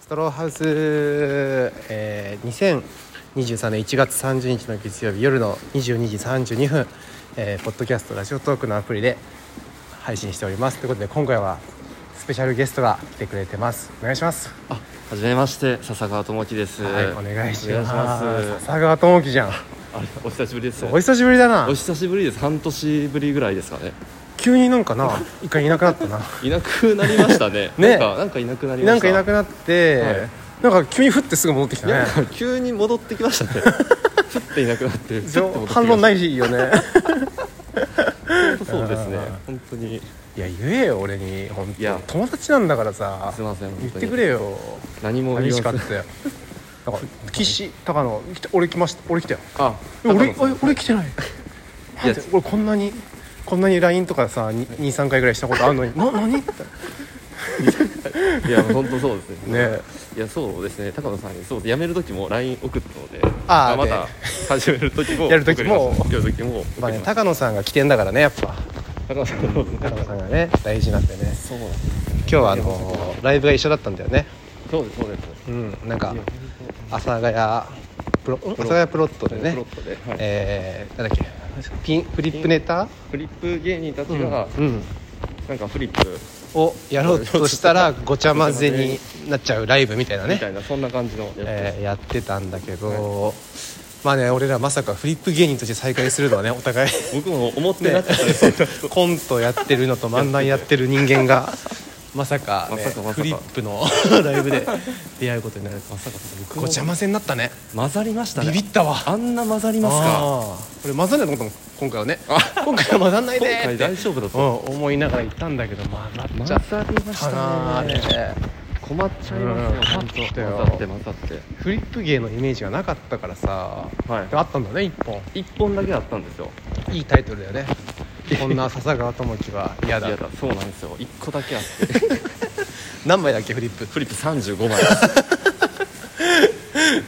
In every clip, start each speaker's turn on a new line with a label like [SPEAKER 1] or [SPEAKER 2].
[SPEAKER 1] ストローハウス、えー2023年1月30日の月曜日夜の22時32分、えーポッドキャストラジオトークのアプリで配信しておりますということで今回はスペシャルゲストが来てくれてますお願いします
[SPEAKER 2] あ、はじめまして、笹川智樹です。
[SPEAKER 1] はいお願いし
[SPEAKER 2] お
[SPEAKER 1] ま
[SPEAKER 2] 願い
[SPEAKER 1] す
[SPEAKER 2] します
[SPEAKER 1] 笹川智樹じゃん
[SPEAKER 2] あれ、お久しぶりです。
[SPEAKER 1] お久しぶりだな
[SPEAKER 2] お久しぶりです。半年ぶりぐらいですかね。
[SPEAKER 1] 急になんかな一回いなくなったな
[SPEAKER 2] いなくなりましたね。
[SPEAKER 1] ね
[SPEAKER 2] なんか、なんかいなくなりま
[SPEAKER 1] なん
[SPEAKER 2] し
[SPEAKER 1] か
[SPEAKER 2] た。
[SPEAKER 1] いなくなって、
[SPEAKER 2] はい
[SPEAKER 1] なんか急に降ってすぐ戻ってきた
[SPEAKER 2] いや
[SPEAKER 1] ね
[SPEAKER 2] なんか 急に戻ってきました ね。ちょっといなくなって。ちょっと戻ってきました
[SPEAKER 1] 反論な。いよね
[SPEAKER 2] 本当そうですね
[SPEAKER 1] うん。
[SPEAKER 2] 本当に。
[SPEAKER 1] いや言えよ俺に本
[SPEAKER 2] いや
[SPEAKER 1] 当友達なんだからさ
[SPEAKER 2] すみません。本当
[SPEAKER 1] 言
[SPEAKER 2] に
[SPEAKER 1] ってくれ。よ
[SPEAKER 2] 何も言
[SPEAKER 1] 寂
[SPEAKER 2] い
[SPEAKER 1] しか
[SPEAKER 2] ま
[SPEAKER 1] っ
[SPEAKER 2] せん。
[SPEAKER 1] たよだから 岸高野来た俺来ました俺来たよ
[SPEAKER 2] あ、
[SPEAKER 1] え俺
[SPEAKER 2] 高野さん
[SPEAKER 1] 俺俺来てない
[SPEAKER 2] い
[SPEAKER 1] な
[SPEAKER 2] や
[SPEAKER 1] んで俺こんなにこんなに LINE とかさ23回ぐらいしたことあるのにな何 みたい
[SPEAKER 2] いや、本当そうです
[SPEAKER 1] な
[SPEAKER 2] ね。
[SPEAKER 1] ね
[SPEAKER 2] いや、そうですね。高野さんに、そう、辞める時も LINE 送ったので。
[SPEAKER 1] あー
[SPEAKER 2] ま
[SPEAKER 1] で
[SPEAKER 2] た始める時も。
[SPEAKER 1] やる時も
[SPEAKER 2] 送りましたやる時も。
[SPEAKER 1] まあね高野さんが来てんだからねやっぱ
[SPEAKER 2] 高野さん。
[SPEAKER 1] 高野さんがね大事なんでね
[SPEAKER 2] そうなん
[SPEAKER 1] 今日はあのライブが一緒だったんだよね
[SPEAKER 2] そうですそうです
[SPEAKER 1] うんなんか
[SPEAKER 2] いや
[SPEAKER 1] 阿佐ヶ谷プロん阿佐ヶ谷プロットでね
[SPEAKER 2] プロットで、はい
[SPEAKER 1] えー、なんだっけピンフリップネタ
[SPEAKER 2] フリップ芸人たちが、
[SPEAKER 1] うん、
[SPEAKER 2] なんかフリップ
[SPEAKER 1] をやろうとしたらごちゃ混ぜになっちゃうライブみたいな
[SPEAKER 2] みた
[SPEAKER 1] ね、
[SPEAKER 2] いな、そんな感じのやつ、
[SPEAKER 1] えーやってたんだけど、まあね俺らまさかフリップ芸人として再会するのはねお互い
[SPEAKER 2] 僕も思って なかったです、
[SPEAKER 1] コントやってるのと漫談やってる人間がまさか,、ね
[SPEAKER 2] まさかまさか
[SPEAKER 1] フリップの ライブで出会うことになる
[SPEAKER 2] まさか僕も
[SPEAKER 1] ごちゃ混ぜになったね
[SPEAKER 2] 混ざりましたね
[SPEAKER 1] ビビったわ
[SPEAKER 2] あんな混ざりますか
[SPEAKER 1] あーこれ混ざんないと思ったもん今回は ね今回は混ざんないで
[SPEAKER 2] 今
[SPEAKER 1] ー
[SPEAKER 2] 回
[SPEAKER 1] って
[SPEAKER 2] 大丈夫だ
[SPEAKER 1] うん
[SPEAKER 2] と、
[SPEAKER 1] 思いながら行ったんだけどまあなっ
[SPEAKER 2] 混
[SPEAKER 1] ち
[SPEAKER 2] ざ
[SPEAKER 1] ゃっ
[SPEAKER 2] りましたたね
[SPEAKER 1] なーあれ
[SPEAKER 2] 困っちゃいますよ、
[SPEAKER 1] うん
[SPEAKER 2] 本当
[SPEAKER 1] 困ったよ
[SPEAKER 2] 混ざって混ざって
[SPEAKER 1] フリップ芸のイメージがなかったからさ、
[SPEAKER 2] はい
[SPEAKER 1] でもあったんだね一本
[SPEAKER 2] 一本だけだったんですよ
[SPEAKER 1] いいタイトルだよねこんな笹川智樹は嫌だ
[SPEAKER 2] いやだそうなんですよ一個だけあって
[SPEAKER 1] 何枚だっけフリップ
[SPEAKER 2] フリップ35枚です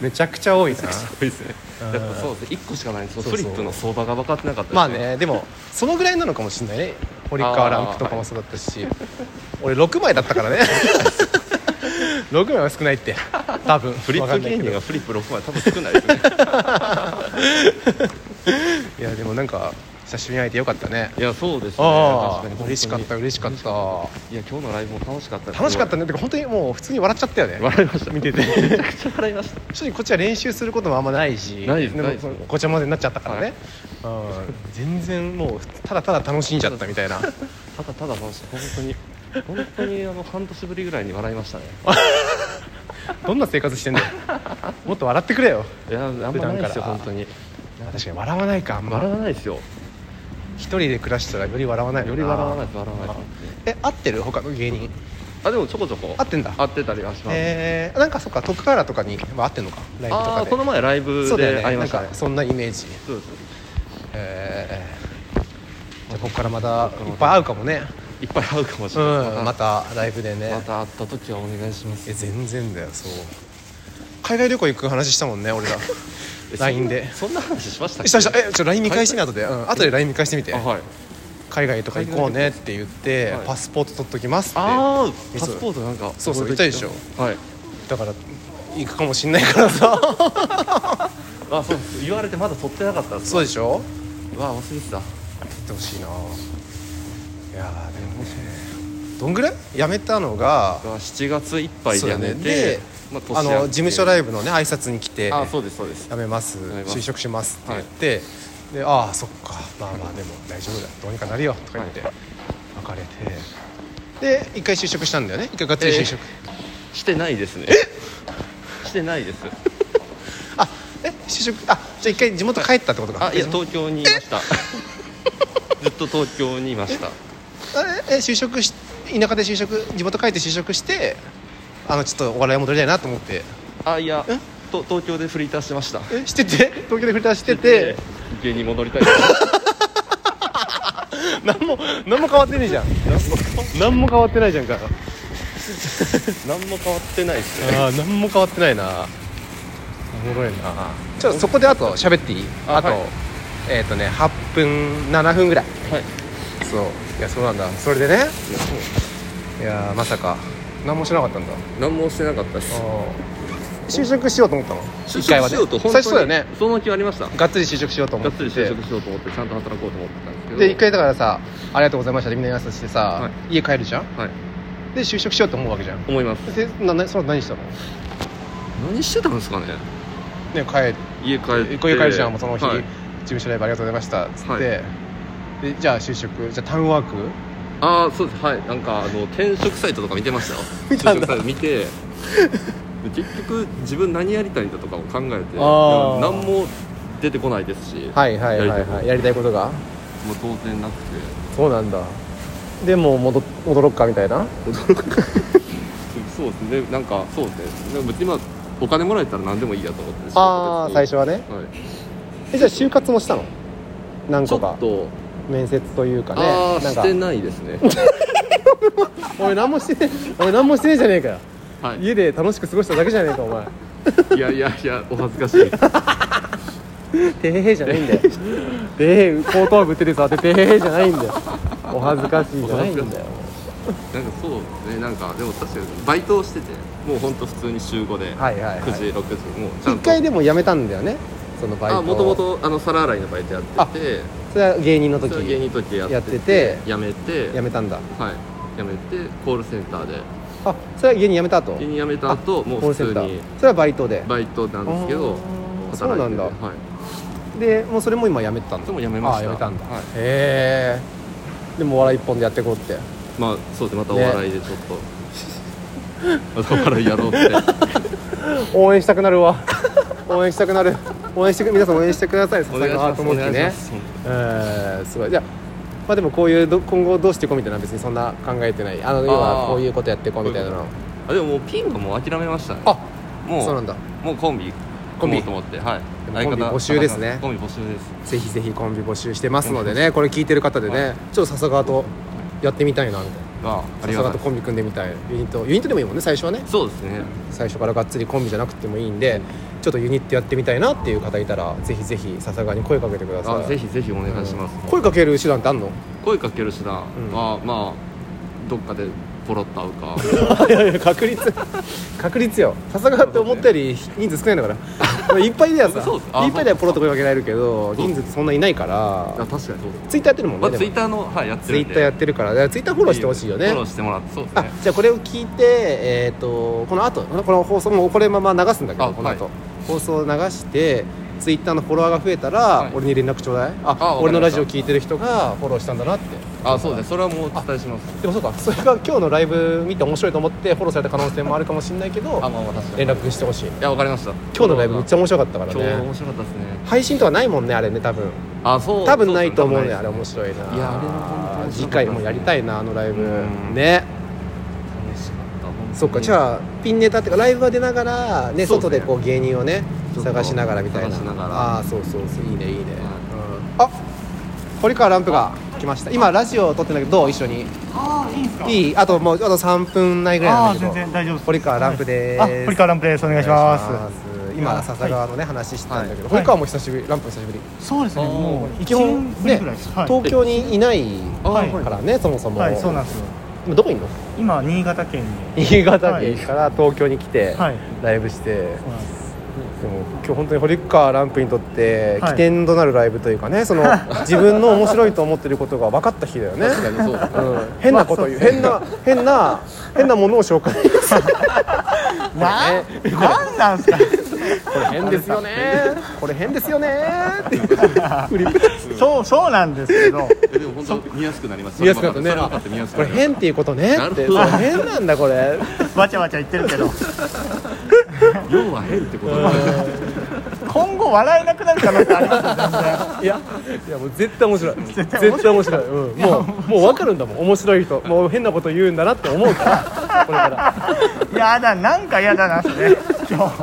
[SPEAKER 1] めちゃくちゃ多いな
[SPEAKER 2] 多いですねやっぱそうですね一個しかないんですよ
[SPEAKER 1] そうそう
[SPEAKER 2] フリップの相場が分かってなかったです
[SPEAKER 1] まあねでもそのぐらいなのかもしれないね堀川ランプとかもそうだったし、俺6枚だったからね 6枚は少ないって多分
[SPEAKER 2] フリップ芸
[SPEAKER 1] わか
[SPEAKER 2] 人が
[SPEAKER 1] んない
[SPEAKER 2] フリップ6枚多分少ないですね
[SPEAKER 1] けどいやでもなんか久しぶりに会えてよかったね
[SPEAKER 2] いやそうですね
[SPEAKER 1] あ
[SPEAKER 2] 確かに
[SPEAKER 1] あ嬉しかった嬉しかった
[SPEAKER 2] いや今日のライブも楽しかったです
[SPEAKER 1] 楽しかったねてか本当にもう普通に笑っちゃったよね
[SPEAKER 2] 笑いました
[SPEAKER 1] 見てて
[SPEAKER 2] めちゃくちゃ笑いました
[SPEAKER 1] 正直こっちは練習することもあんまないし
[SPEAKER 2] ないです
[SPEAKER 1] も
[SPEAKER 2] ないです
[SPEAKER 1] そのごちゃ混ぜになっちゃったからね、うん全然もうただただ楽しんじゃったみたい な
[SPEAKER 2] ただただ楽しい本当に本当にあの半年ぶりぐらいに笑いましたね
[SPEAKER 1] どんな生活してんだよもっと笑ってくれよ
[SPEAKER 2] いやあんまないです
[SPEAKER 1] 普段か
[SPEAKER 2] よ
[SPEAKER 1] ら
[SPEAKER 2] 本当に
[SPEAKER 1] 確かに笑わないかあんま
[SPEAKER 2] 笑わないですよ
[SPEAKER 1] 一人で暮らしたらより笑わない
[SPEAKER 2] より笑わないです笑わないです
[SPEAKER 1] え合ってる他の芸人
[SPEAKER 2] あでもちょこちょこ
[SPEAKER 1] 合ってんだ
[SPEAKER 2] 合ってたりはします、
[SPEAKER 1] えー、なんかそっか徳原とかには合ってんのかライブと
[SPEAKER 2] あ
[SPEAKER 1] か
[SPEAKER 2] あ
[SPEAKER 1] で
[SPEAKER 2] この前ライブ
[SPEAKER 1] そうだよ
[SPEAKER 2] で
[SPEAKER 1] ね
[SPEAKER 2] 会い
[SPEAKER 1] な
[SPEAKER 2] ま
[SPEAKER 1] ん
[SPEAKER 2] したね
[SPEAKER 1] かそんなイメージ
[SPEAKER 2] そうです
[SPEAKER 1] えー、じゃあここからまたいっぱい会うかもね
[SPEAKER 2] いっぱい会うかもし
[SPEAKER 1] う
[SPEAKER 2] れない、
[SPEAKER 1] んまたライブでね
[SPEAKER 2] また会った時はお願いします
[SPEAKER 1] え全然だよそう海外旅行行く話したもんね俺ら LINE で
[SPEAKER 2] そんなそんな話しましたっけ
[SPEAKER 1] したしたえちょっと LINE 見返してみ後で、うん、後で LINE 見返してみて
[SPEAKER 2] あはい
[SPEAKER 1] 海外とか行こうねって言って、
[SPEAKER 2] はい
[SPEAKER 1] パスポート取っときますって
[SPEAKER 2] ああ
[SPEAKER 1] え
[SPEAKER 2] パスポートなんか
[SPEAKER 1] そうそう
[SPEAKER 2] 覚えてき
[SPEAKER 1] 痛いで
[SPEAKER 2] はい
[SPEAKER 1] だから行くかもしんないからさ
[SPEAKER 2] あそう言われてまだ取ってなかったっす
[SPEAKER 1] そうでしょ
[SPEAKER 2] うわ忘れてた
[SPEAKER 1] 行ってほしいないやーでもねどんぐらいやめたのが
[SPEAKER 2] うわ7月いっぱいでやめ
[SPEAKER 1] そうだね
[SPEAKER 2] て
[SPEAKER 1] で、
[SPEAKER 2] まあ、
[SPEAKER 1] あの事務所ラ
[SPEAKER 2] イ
[SPEAKER 1] イブのね挨拶に来て
[SPEAKER 2] あそうですそうです
[SPEAKER 1] 辞めます
[SPEAKER 2] めます
[SPEAKER 1] 就職しますって言って、でああそっかまあまあでも大丈夫だどうにかなるよとか言って
[SPEAKER 2] は
[SPEAKER 1] 別れてで一回就職したんだよね一回がっつり就職、
[SPEAKER 2] してないですねしてないです
[SPEAKER 1] あえ就職あじゃあ一回地元帰ったってことか
[SPEAKER 2] あいや
[SPEAKER 1] え
[SPEAKER 2] 東京にいましたずっと東京にいました
[SPEAKER 1] え就職し田舎で就職地元帰って就職してあのちょっとお笑い戻りたいなと思って
[SPEAKER 2] あいやと東京でフリーターしてました
[SPEAKER 1] えしてて東京でフリーターしてて
[SPEAKER 2] 家に戻りたいです
[SPEAKER 1] 何も何も変わってねえじゃん何も変わってないじゃんか
[SPEAKER 2] 何も変わってないですね
[SPEAKER 1] ああ何も変わってないなおもろいなちょっとそこであと喋っていいあ
[SPEAKER 2] あ
[SPEAKER 1] と、
[SPEAKER 2] はい
[SPEAKER 1] えっ、とね8分7分ぐらい
[SPEAKER 2] はい
[SPEAKER 1] そういやそうなんだそれでねいやーまさか何もしなかったんだ
[SPEAKER 2] 何もしてなかったし
[SPEAKER 1] 就職しようと思ったの
[SPEAKER 2] 就
[SPEAKER 1] 一回はね
[SPEAKER 2] 職しようと本
[SPEAKER 1] 最
[SPEAKER 2] 当に
[SPEAKER 1] 初そうだよね
[SPEAKER 2] その気はありましたが
[SPEAKER 1] がっつり就職しようと思っ
[SPEAKER 2] ってつり就職しようと思ってちゃんと働こうと思ってたんですけど
[SPEAKER 1] で一回だからさ「ありがとうございました」でみんなに挨拶してさ、
[SPEAKER 2] は
[SPEAKER 1] 家帰るじゃん
[SPEAKER 2] はい
[SPEAKER 1] で就職しようと思うわけじゃん
[SPEAKER 2] 思います
[SPEAKER 1] でななその後何したの
[SPEAKER 2] 何してたんですかね
[SPEAKER 1] ね帰
[SPEAKER 2] 家帰って
[SPEAKER 1] る家帰るじゃんもうその日、
[SPEAKER 2] はい
[SPEAKER 1] 事務所ライブありがとうございましたっつって、
[SPEAKER 2] はい
[SPEAKER 1] でじゃあ就職じゃあタウンワーク
[SPEAKER 2] ああそうですはいなんかあの転職サイトとか見てましたよ
[SPEAKER 1] 見たんだ
[SPEAKER 2] 就職サイト見て結局自分何やりたいんだとかを考えていや
[SPEAKER 1] あー
[SPEAKER 2] 何も出てこないですし、
[SPEAKER 1] はいはいはい
[SPEAKER 2] やりたいこ
[SPEAKER 1] はい
[SPEAKER 2] と
[SPEAKER 1] やりたいことが
[SPEAKER 2] もう当然なくて
[SPEAKER 1] そうなんだでもう戻戻ろっかみたいな
[SPEAKER 2] 驚くそうですねなんかそうですねでも別に今お金もらえたら何でもいいやと思って
[SPEAKER 1] ああ最初はね
[SPEAKER 2] はい
[SPEAKER 1] えじゃあ就活もしたの何
[SPEAKER 2] ちょ
[SPEAKER 1] 個
[SPEAKER 2] っ
[SPEAKER 1] か
[SPEAKER 2] と、
[SPEAKER 1] 面接というかね
[SPEAKER 2] ああ
[SPEAKER 1] なんか
[SPEAKER 2] してないですね
[SPEAKER 1] おい何もしてねえおい何もしてねえじゃねえかよ
[SPEAKER 2] はい
[SPEAKER 1] 家で楽しく過ごしただけじゃねえかお前
[SPEAKER 2] いやいやいやお恥ずかしい
[SPEAKER 1] てへへじゃないんだ よてへへ後頭部テレス当ててへへじゃないんだよお恥ずかしいじゃないんだよ
[SPEAKER 2] なんかそうですねなんかでも確かにバイトをしててもう本当普通に週5で
[SPEAKER 1] はいはい、
[SPEAKER 2] 9時
[SPEAKER 1] は
[SPEAKER 2] 6時もうち
[SPEAKER 1] い、
[SPEAKER 2] ゃ
[SPEAKER 1] 一
[SPEAKER 2] んと
[SPEAKER 1] 回でも辞めたんだよねそのバイト
[SPEAKER 2] あもともとあの皿洗いのバイトやってて
[SPEAKER 1] それは芸人の
[SPEAKER 2] それは芸
[SPEAKER 1] 時
[SPEAKER 2] 人の時やってて
[SPEAKER 1] やってて
[SPEAKER 2] 辞めて
[SPEAKER 1] 辞めたんだ
[SPEAKER 2] はい辞めてコールセンターで
[SPEAKER 1] あそれは芸人辞めた後
[SPEAKER 2] 芸人辞めた後もう
[SPEAKER 1] コール
[SPEAKER 2] 普
[SPEAKER 1] セン
[SPEAKER 2] 通
[SPEAKER 1] タ
[SPEAKER 2] に
[SPEAKER 1] ーそれはバイトで
[SPEAKER 2] バイトなんですけど
[SPEAKER 1] あー
[SPEAKER 2] 働いてて
[SPEAKER 1] そうなんだ
[SPEAKER 2] はい
[SPEAKER 1] でもうそれも今辞めてたん
[SPEAKER 2] で
[SPEAKER 1] だ
[SPEAKER 2] も辞めました
[SPEAKER 1] あ辞めたんだ
[SPEAKER 2] はい
[SPEAKER 1] へえでもお笑い一本でやっていこうって
[SPEAKER 2] まあそうですねまたお笑いでちょっと、 またお笑いや ろうって
[SPEAKER 1] 応援したくな るわ応援したくなる応援してく皆さん応援してください
[SPEAKER 2] お願いします
[SPEAKER 1] 佐
[SPEAKER 2] お
[SPEAKER 1] 々木
[SPEAKER 2] 願いし
[SPEAKER 1] ね
[SPEAKER 2] ます
[SPEAKER 1] えーすごいじゃあまあでもこういうど今後どうしていこうみたいなのは別にそんな考えてないあの要は
[SPEAKER 2] あー
[SPEAKER 1] こういうことやっていこうみたいなの
[SPEAKER 2] あでももうピンがもう諦めましたね
[SPEAKER 1] あ
[SPEAKER 2] もう
[SPEAKER 1] そうなんだ
[SPEAKER 2] もうコンビ
[SPEAKER 1] コンビ
[SPEAKER 2] 組もうと思ってはい
[SPEAKER 1] でもコンビ募集ですね
[SPEAKER 2] 相方コンビ募集です
[SPEAKER 1] ぜひぜひコンビ募集してますのでねこれ聞いてる方でね、
[SPEAKER 2] は
[SPEAKER 1] ちょっと笹川とやってみたいなみたいな
[SPEAKER 2] まああり
[SPEAKER 1] 笹
[SPEAKER 2] が
[SPEAKER 1] 川と
[SPEAKER 2] たい
[SPEAKER 1] コンビ組んでみたいユニットユニットでもいいもんね最初はね
[SPEAKER 2] そうですね
[SPEAKER 1] 最初からがっつりコンビじゃなくてもいいんでちょっとユニットやってみたいなっていう方いたらぜひぜひ笹川に声かけてくださ
[SPEAKER 2] あ
[SPEAKER 1] い
[SPEAKER 2] ぜひぜひお願いします、
[SPEAKER 1] 声かける手段ってあんの
[SPEAKER 2] 声かける手段は、まあどっかでポロッと会うか
[SPEAKER 1] いやいや 確率確率よ笹川って思ったより人数少ないんだからいっぱいではさ
[SPEAKER 2] そうですあ
[SPEAKER 1] いっぱいではポロッと声かけられるけど
[SPEAKER 2] そう
[SPEAKER 1] 人数ってそんないないか
[SPEAKER 2] あ確
[SPEAKER 1] ら
[SPEAKER 2] かにそうです
[SPEAKER 1] ツイッターやってるもん
[SPEAKER 2] ま
[SPEAKER 1] ね
[SPEAKER 2] あ
[SPEAKER 1] でも
[SPEAKER 2] ツイッターのはいやって
[SPEAKER 1] ツイ
[SPEAKER 2] るん
[SPEAKER 1] ッ
[SPEAKER 2] で
[SPEAKER 1] ターやってるからだからツイッターフォローしてほしいよね
[SPEAKER 2] フォローしてもらってそうです
[SPEAKER 1] あ
[SPEAKER 2] ね
[SPEAKER 1] じゃあこれを聞いて、えー、とこの後このこの放送もこれまま流すんだけど
[SPEAKER 2] あ
[SPEAKER 1] この後、
[SPEAKER 2] はい
[SPEAKER 1] 放送を流してツイッターのフォロワーが増えたら、
[SPEAKER 2] はい
[SPEAKER 1] 俺に連絡ちょうだいあ
[SPEAKER 2] あわかりました
[SPEAKER 1] 俺のラジオ聞いてる人がフォローしたんだなって
[SPEAKER 2] あそうですそれはもうお伝えします
[SPEAKER 1] でもそうかそれが今日のライブ見て面白いと思ってフォローされた可能性もあるかもしれないけど
[SPEAKER 2] あまあまあ確か
[SPEAKER 1] 連
[SPEAKER 2] にい
[SPEAKER 1] 絡してほしい
[SPEAKER 2] やわかりました
[SPEAKER 1] 今日のライブめっちゃ面白かったから
[SPEAKER 2] 今日
[SPEAKER 1] ね
[SPEAKER 2] 面白かったですね
[SPEAKER 1] 配信とかないもんねあれね多分
[SPEAKER 2] あそう
[SPEAKER 1] 多分ないと思うねあ
[SPEAKER 2] そです
[SPEAKER 1] れ面白いない
[SPEAKER 2] いやあれは本当に面白かったですね
[SPEAKER 1] 次回もやりたいなあのライブ
[SPEAKER 2] うん
[SPEAKER 1] ね
[SPEAKER 2] 楽しかった本当に
[SPEAKER 1] そっかじゃあピンネタっていうかライブは出ながら、ね、
[SPEAKER 2] そうで
[SPEAKER 1] 外
[SPEAKER 2] すね
[SPEAKER 1] でこう芸人をね
[SPEAKER 2] ちょっと
[SPEAKER 1] 探しながらみたいな
[SPEAKER 2] 探しながら
[SPEAKER 1] ああそうそうそういいねいいね、うん、あ堀川ランプが来ました今ラジオ撮ってんだけどどう一緒に
[SPEAKER 3] ああいいんすか
[SPEAKER 1] いいあともうあと3分ないぐらい
[SPEAKER 3] あ
[SPEAKER 1] な
[SPEAKER 3] あ
[SPEAKER 1] んだけど
[SPEAKER 3] 全然大丈夫です
[SPEAKER 1] 堀川ランプです
[SPEAKER 3] あ堀川ランプですお願いし
[SPEAKER 1] お願
[SPEAKER 3] ま
[SPEAKER 1] いし
[SPEAKER 3] す
[SPEAKER 1] ます今笹川のね、話したんだけど、
[SPEAKER 3] はい
[SPEAKER 1] 堀川も久しぶりランプも久しぶり
[SPEAKER 3] そうですね
[SPEAKER 2] あー
[SPEAKER 3] もう
[SPEAKER 1] 基
[SPEAKER 3] 一
[SPEAKER 1] 本
[SPEAKER 3] 年ぶり
[SPEAKER 1] ね
[SPEAKER 3] ぐらいですはい
[SPEAKER 1] 東京にいない
[SPEAKER 2] あ
[SPEAKER 3] はい
[SPEAKER 1] からね、そもそも、
[SPEAKER 3] はいそうなんですよ
[SPEAKER 1] 今どこいんの
[SPEAKER 3] 今新潟県に
[SPEAKER 1] 新潟県から東京に来て、
[SPEAKER 3] はい
[SPEAKER 1] ライブして、
[SPEAKER 3] そうなんです
[SPEAKER 1] でも今日本当に堀川ランプにとって
[SPEAKER 3] はい
[SPEAKER 1] 起点となるライブというかね、その自分の面白いと思ってることが分かった日だよね、
[SPEAKER 2] 確かにそうです ね
[SPEAKER 1] うん、変なこと言う、変な変な変なものを紹介
[SPEAKER 3] ななんなんすか
[SPEAKER 1] これ変ですよねこれ変ですよねっていうフリップ
[SPEAKER 3] そうそうなんですけど
[SPEAKER 2] えでも本当見やすくなりました
[SPEAKER 1] 見やすくなったね
[SPEAKER 2] それ分かって見やすく
[SPEAKER 1] こ
[SPEAKER 2] な
[SPEAKER 1] れ
[SPEAKER 2] りました
[SPEAKER 1] 変っていうことね
[SPEAKER 2] な
[SPEAKER 1] っ
[SPEAKER 2] る
[SPEAKER 1] て
[SPEAKER 2] ほ
[SPEAKER 1] そ
[SPEAKER 2] ど
[SPEAKER 1] う変なんだこれ
[SPEAKER 3] わちゃわちゃ言ってるけど
[SPEAKER 2] 要は変ってことなんですね
[SPEAKER 3] 今後笑えなくなる可能性ありますよ
[SPEAKER 1] いやいやもう絶対面白い絶
[SPEAKER 3] 対面
[SPEAKER 1] 対面白い、うん、もうもう分かるんだもん面白い人もう変なこと言うんだなって思うからこれから
[SPEAKER 3] 全然やだなんかやだなそれ今日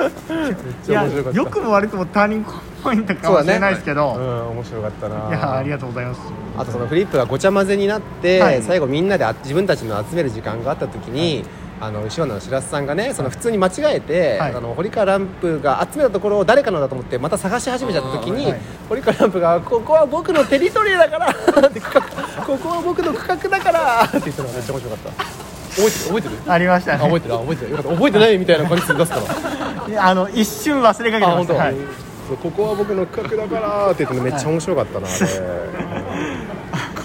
[SPEAKER 1] めっ
[SPEAKER 3] い
[SPEAKER 1] ちゃ
[SPEAKER 3] や
[SPEAKER 1] 面白かった
[SPEAKER 3] よくも悪くもターニングポイントかもしれないですけ
[SPEAKER 1] う
[SPEAKER 3] ど
[SPEAKER 1] ん面白かったない
[SPEAKER 3] やありがとうございます
[SPEAKER 1] あとそのフリップがごちゃ混ぜになって、
[SPEAKER 3] はい
[SPEAKER 1] 最後みんなであ自分たちの集める時間があった時に、あの後ろの白洲さんがねその普通に間違えて、
[SPEAKER 3] はい
[SPEAKER 1] あの堀川ランプが集めたところを誰かのだと思ってまた探し始めちゃった時
[SPEAKER 2] あ
[SPEAKER 1] に、
[SPEAKER 2] ー
[SPEAKER 3] はいはい
[SPEAKER 1] 堀川ランプが「ここは僕のテリトリーだから」って区画ここは僕の区画だから」って言ったのがめっちゃ面白かった。覚えてる覚えてる
[SPEAKER 3] ありまし
[SPEAKER 1] あ
[SPEAKER 3] た
[SPEAKER 1] 覚え
[SPEAKER 3] ね
[SPEAKER 1] てるあ覚えてるよかった覚えてないみたいな感じで出すから
[SPEAKER 3] あの一瞬忘れかけて
[SPEAKER 1] あ
[SPEAKER 3] ま
[SPEAKER 1] 本
[SPEAKER 3] し
[SPEAKER 1] 当、
[SPEAKER 3] たはい
[SPEAKER 1] そうここは僕の区画だからって言ってのめっちゃ面白かったな、あれ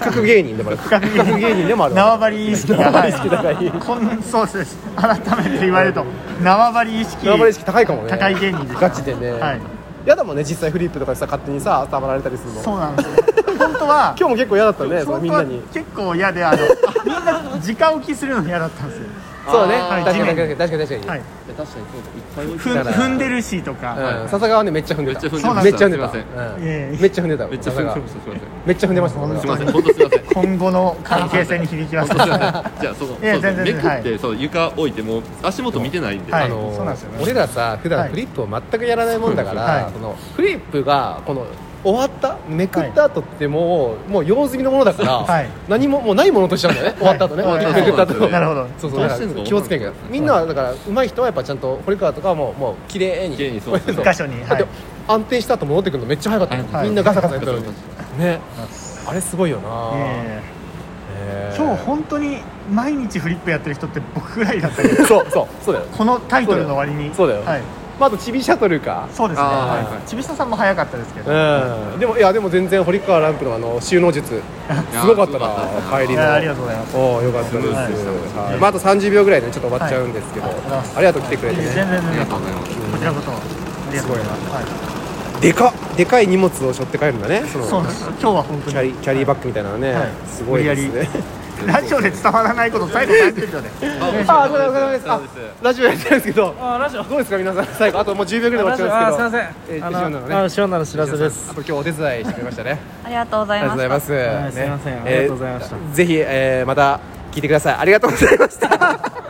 [SPEAKER 1] 区画芸人でもある区画芸人でもある
[SPEAKER 3] 縄張り意識が
[SPEAKER 1] 縄張り意識高い
[SPEAKER 3] はこんそうです改めて言われると縄張り意識
[SPEAKER 1] 縄張り意識高いかもね
[SPEAKER 3] 高い芸人でした
[SPEAKER 1] ガチでね、
[SPEAKER 3] はい
[SPEAKER 1] やだもんね実際フリップとかでさ勝手にさ頭られたりするの
[SPEAKER 3] そうなんですよ本当は
[SPEAKER 1] 今日も結構嫌だったね そのみんなに
[SPEAKER 3] 本当は結構嫌であのみんな直置きするの嫌だったんですよ
[SPEAKER 1] そうね、
[SPEAKER 2] は
[SPEAKER 1] 確
[SPEAKER 2] い
[SPEAKER 1] かに
[SPEAKER 3] 地面
[SPEAKER 1] 確かに確かに確か
[SPEAKER 3] はい
[SPEAKER 1] に、
[SPEAKER 2] え確かにそうだいっぱい置いて
[SPEAKER 3] ふ
[SPEAKER 2] た
[SPEAKER 3] ん
[SPEAKER 1] だから
[SPEAKER 3] 踏んでるしとか、
[SPEAKER 1] うん、笹川ねめっちゃ踏んでた
[SPEAKER 2] めっちゃ踏んで
[SPEAKER 3] そうな
[SPEAKER 2] ま
[SPEAKER 3] ん
[SPEAKER 2] し
[SPEAKER 1] め
[SPEAKER 3] で
[SPEAKER 1] っち
[SPEAKER 3] す
[SPEAKER 1] ゃ
[SPEAKER 2] た
[SPEAKER 1] 踏んで
[SPEAKER 2] すい
[SPEAKER 1] た
[SPEAKER 2] ません
[SPEAKER 1] うん
[SPEAKER 3] いえいえ
[SPEAKER 1] めっちゃ踏んでた
[SPEAKER 2] めっちゃす
[SPEAKER 1] 笹
[SPEAKER 2] いま
[SPEAKER 1] 川
[SPEAKER 2] せんすいません
[SPEAKER 1] めっちゃ踏んでました
[SPEAKER 2] すいません
[SPEAKER 1] 笹
[SPEAKER 2] 本当すいません
[SPEAKER 3] 今後の関係性に響きます
[SPEAKER 2] そうそうじゃあそこ
[SPEAKER 3] いや
[SPEAKER 2] そう
[SPEAKER 3] 全然
[SPEAKER 2] めくっ
[SPEAKER 3] は
[SPEAKER 2] てそう床置いてもう足元見てないんで、
[SPEAKER 3] はい
[SPEAKER 1] あのー
[SPEAKER 3] そうなんですよね
[SPEAKER 1] 俺らさ普
[SPEAKER 3] は
[SPEAKER 1] 段
[SPEAKER 3] い
[SPEAKER 1] フリップを全くやらないもんだから、
[SPEAKER 3] はい
[SPEAKER 1] このフリップがこの終わっためくった後ってもう、もう用済みのものだから、
[SPEAKER 3] はい
[SPEAKER 1] 何ももうないものとしちゃうんだよね、終わった後ね、
[SPEAKER 3] はい
[SPEAKER 1] めくった後
[SPEAKER 2] そう
[SPEAKER 3] なるほど
[SPEAKER 1] そうそうだか
[SPEAKER 2] どうしてん
[SPEAKER 1] ら
[SPEAKER 2] の
[SPEAKER 1] 気をつけなきゃみんなはだから上手い人はやっぱちゃんと堀川とかはもうもう綺麗に
[SPEAKER 2] 綺麗にそう
[SPEAKER 1] そう
[SPEAKER 3] 一箇所に、
[SPEAKER 1] だ
[SPEAKER 3] は
[SPEAKER 1] って
[SPEAKER 3] い、
[SPEAKER 1] 安定した後戻ってくるのめっちゃ早かったよ、
[SPEAKER 3] はい
[SPEAKER 1] みんなガサガサやってたのに
[SPEAKER 2] はい
[SPEAKER 1] ねあれすごいよな、
[SPEAKER 3] え
[SPEAKER 1] え
[SPEAKER 3] え
[SPEAKER 1] ー
[SPEAKER 3] 今日本当に毎日フリップやってる人って僕ぐらいだったけ ど
[SPEAKER 1] そうそうそうだよ、
[SPEAKER 3] このタイトルの割に
[SPEAKER 1] そうだよ
[SPEAKER 3] はい、
[SPEAKER 1] まあ、あとチビシャトルか
[SPEAKER 3] そうですね、
[SPEAKER 1] あー
[SPEAKER 3] はい、ちびささんも早かったですけど、
[SPEAKER 1] うん、でもいやでも全然堀川ランプのあの収納術すごかった
[SPEAKER 2] いやすごかっ
[SPEAKER 1] な
[SPEAKER 2] た
[SPEAKER 1] 帰
[SPEAKER 3] い
[SPEAKER 1] り
[SPEAKER 3] やありが
[SPEAKER 1] の
[SPEAKER 3] とうございます
[SPEAKER 1] おおよかったです、
[SPEAKER 2] スム
[SPEAKER 1] は
[SPEAKER 2] ーズでしたね
[SPEAKER 1] いまあ、あと30秒ぐらいでちょっと終わっちゃうんですけど、
[SPEAKER 3] はいありがとうございます
[SPEAKER 1] ありがとう来てくれて
[SPEAKER 3] いや
[SPEAKER 1] ね
[SPEAKER 3] 全然
[SPEAKER 2] あ
[SPEAKER 3] 全
[SPEAKER 2] りが
[SPEAKER 3] 然
[SPEAKER 2] とうございます
[SPEAKER 3] こちらこそありがとうございますは
[SPEAKER 1] でかでかい荷物を背負って帰るんだねその
[SPEAKER 3] い、そうなんです今日は本当
[SPEAKER 1] キ
[SPEAKER 3] に
[SPEAKER 1] ャリーキャリーバッグみたいなのね、
[SPEAKER 3] はい
[SPEAKER 1] すごいです
[SPEAKER 3] 無理
[SPEAKER 1] ね
[SPEAKER 3] やラジオで伝わらないこと最後30秒で
[SPEAKER 1] あごめんなさいごめんなさいあ
[SPEAKER 2] そうです
[SPEAKER 1] ラジオやってるんですけど
[SPEAKER 4] あラジオ
[SPEAKER 1] どうですか皆さん最後あともう10秒ぐらいで
[SPEAKER 4] ラジ
[SPEAKER 1] 終
[SPEAKER 4] オ
[SPEAKER 1] わっち
[SPEAKER 4] あすいま
[SPEAKER 1] ゃうんです
[SPEAKER 4] せん
[SPEAKER 1] えー
[SPEAKER 4] あ
[SPEAKER 1] シオンナのね
[SPEAKER 4] のあシオンナの知ら
[SPEAKER 1] け
[SPEAKER 4] せ
[SPEAKER 1] ど
[SPEAKER 4] です
[SPEAKER 1] あと今日お手伝いしてくれましたね
[SPEAKER 5] ありがとうござ
[SPEAKER 1] あ
[SPEAKER 5] い
[SPEAKER 1] りがと
[SPEAKER 5] ま
[SPEAKER 1] う
[SPEAKER 5] し
[SPEAKER 1] ご
[SPEAKER 5] た
[SPEAKER 1] ざい
[SPEAKER 4] は
[SPEAKER 1] ます。
[SPEAKER 4] いすいませんありがとうございました
[SPEAKER 1] えーぜひ、えーまた聞いてください。ありがとうございました。